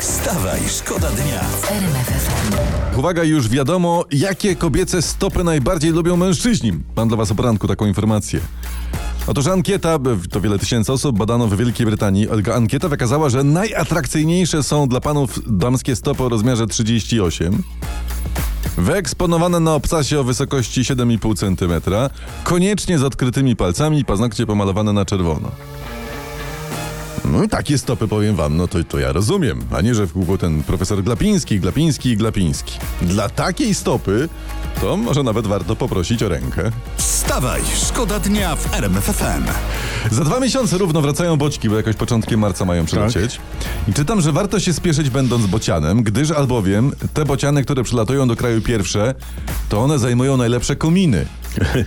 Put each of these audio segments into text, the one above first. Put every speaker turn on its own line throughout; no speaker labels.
Wstawaj, szkoda dnia.
Uwaga, już wiadomo, jakie kobiece stopy najbardziej lubią mężczyźni. Mam dla was o poranku taką informację. Otóż ankieta, by- to wiele tysięcy osób, badano w Wielkiej Brytanii. Tylko Ankieta wykazała, że najatrakcyjniejsze są dla panów damskie stopy o rozmiarze 38. Wyeksponowane na obcasie o wysokości 7,5 cm, koniecznie z odkrytymi palcami, paznokcie pomalowane na czerwono. No i takie stopy powiem wam, no to, to ja rozumiem, a nie, że wkłuł ten profesor Glapiński, Glapiński i Glapiński. Dla takiej stopy to może nawet warto poprosić o rękę.
Wstawaj, szkoda dnia w RMFFM.
Za dwa miesiące równo wracają boczki, bo jakoś początkiem marca mają przylecieć. I czytam, że warto się spieszyć będąc bocianem, gdyż albowiem te bociany, które przylatują do kraju pierwsze, to one zajmują najlepsze kominy.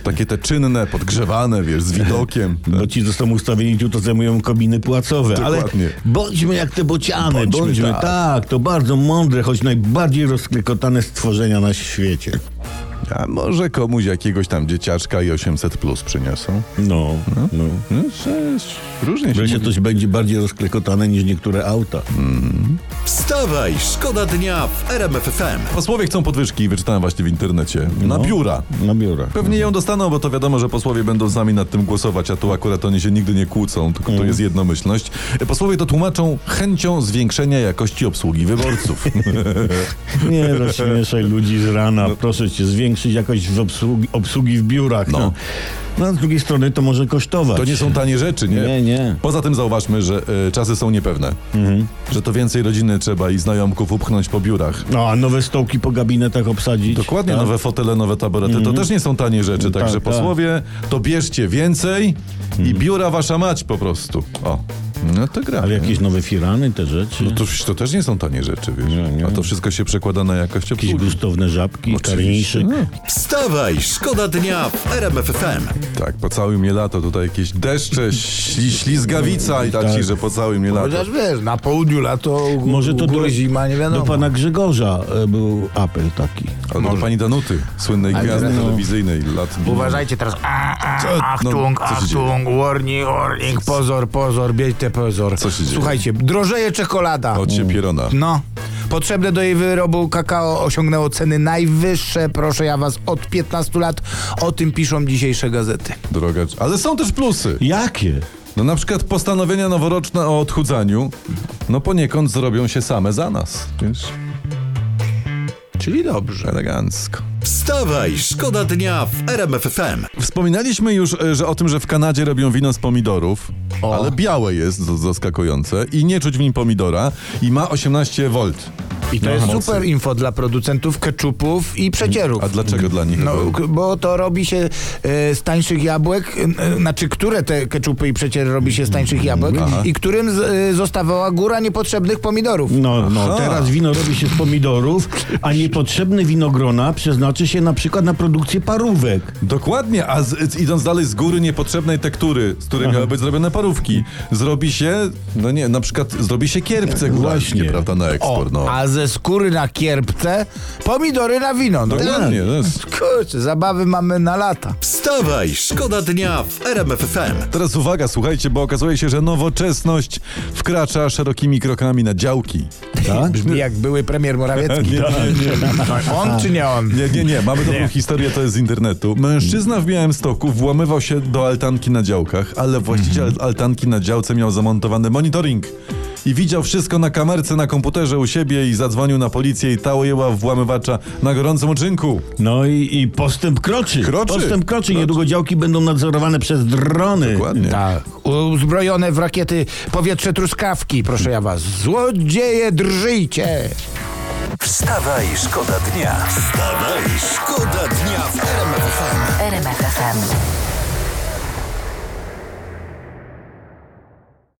Takie te czynne, podgrzewane, wiesz, z widokiem.
Bo ci zostaną ustawieni tu, to zajmują kabiny płacowe.
Dokładnie.
Ale bądźmy jak te bociany,
Bądźmy
bądźmy,
tak.
tak. To bardzo mądre, choć najbardziej rozklekotane stworzenia na świecie.
A może komuś jakiegoś tam dzieciaczka i 800 plus przyniosą?
No, no.
No, przecież różnie się
Wreszcie
mówi.
coś będzie bardziej rozklekotane niż niektóre auta.
Wstawaj, szkoda dnia w RMFFM.
Posłowie chcą podwyżki, wyczytałem właśnie w internecie. Na
No.
biura.
Na biurach.
Pewnie ją dostaną, bo to wiadomo, że posłowie będą z nami nad tym głosować, a tu akurat oni się nigdy nie kłócą, tylko
Mm.
to jest jednomyślność. Posłowie to tłumaczą chęcią zwiększenia jakości obsługi wyborców.
Nie rozśmieszaj ludzi z rana. Proszę cię, zwiększyć jakość w obsługi, obsługi w biurach.
No.
No. no, a z drugiej strony to może kosztować.
To nie są tanie rzeczy, nie?
Nie, nie. Mhm.
Poza tym zauważmy, że e, czasy są niepewne. Że to więcej rodziny trzeba i znajomków upchnąć po biurach.
No, a nowe stołki po gabinetach obsadzić.
Dokładnie, no.
tak? Mhm.
nowe fotele, nowe taborety to też nie są tanie rzeczy,
Tak,
także
tak.
posłowie, to bierzcie więcej i biura wasza mać po prostu. O, no to gra.
Ale jakieś nowe firany, te rzeczy.
No To, to też nie są tanie rzeczy, wiesz?
Nie, nie.
A to wszystko się przekłada na jakość
Jakieś
obsługi.
gustowne żabki, karniszy.
Wstawaj, szkoda dnia w RMFFM.
Tak, po całym mnie lato tutaj jakieś deszcze, śli, ślizgawica i tak,
Tak.
ci, że po całym mnie lato.
Chociaż wiesz, na południu lato, u,
Może to
u góry
do,
zima, nie wiadomo.
do pana Grzegorza e, był apel taki.
Albo do pani Danuty, słynnej
Ale
gwiazdy
no.
telewizyjnej lat.
Uważajcie teraz. A,
Co?
a, Achtung,
No, co się dzieje?
Achtung, warning, warning, pozor, pozor, bierzcie pozor.
Co się dzieje?
Słuchajcie, drożeje czekolada.
Od się pierona.
No. Potrzebne do jej wyrobu kakao osiągnęło ceny najwyższe, proszę ja was, od 15 lat. O tym piszą dzisiejsze gazety.
Droga. Ale są też plusy.
Jakie?
No na przykład postanowienia noworoczne o odchudzaniu, no poniekąd zrobią się same za nas. Wiesz?
Czyli dobrze.
Elegancko.
Wstawaj, szkoda dnia w RMFFM.
Wspominaliśmy już e, że o tym, że w Kanadzie robią wino z pomidorów, ale białe jest z- zaskakujące i nie czuć w nim pomidora i ma 18 V.
I to
No,
jest
mocy.
super info dla producentów ketchupów i przecierów.
A dlaczego dla nich?
No,
był?
k- bo to robi się e, z tańszych jabłek, e, e, znaczy które te keczupy i przeciery robi się z tańszych jabłek i którym z, e, zostawała góra niepotrzebnych pomidorów.
No,
Aha.
no, teraz wino robi się z pomidorów, a niepotrzebne winogrona przeznaczy się na przykład na produkcję parówek.
Dokładnie, a z, z, idąc dalej z góry niepotrzebnej tektury, z której miały być zrobione parówki, zrobi się, no nie, na przykład zrobi się kierpcek właśnie,
Właśnie.
prawda, na
O,
eksport. No.
a ze skóry na kierpce pomidory na wino. No.
Dokładnie, to jest...
Kurczę, zabawy mamy na lata.
Wstawaj, szkoda dnia w RMFFM.
Teraz uwaga, słuchajcie, bo okazuje się, że nowoczesność wkracza szerokimi krokami na działki. E,
Tak?
Brzmi jak były premier Morawiecki.
Nie, nie, nie.
On czy nie on?
Nie, nie, nie. Mamy dobrą historię, to jest z internetu. Mężczyzna w Białymstoku włamywał się do altanki na działkach, ale właściciel altanki na działce miał zamontowany monitoring. I widział wszystko na kamerce, na komputerze u siebie i zadzwonił na policję i ta ujęła włamywacza na gorącym uczynku.
No i, i postęp kroczy.
Kroczy.
Postęp kroczy. Niedługo działki będą nadzorowane przez drony.
Dokładnie.
Tak. Uzbrojone w rakiety powietrze truskawki, proszę ja was. Złodzieje, drżyjcie!
Wstawaj, szkoda dnia. Wstawaj, szkoda dnia w RMFFM.
RMFFM.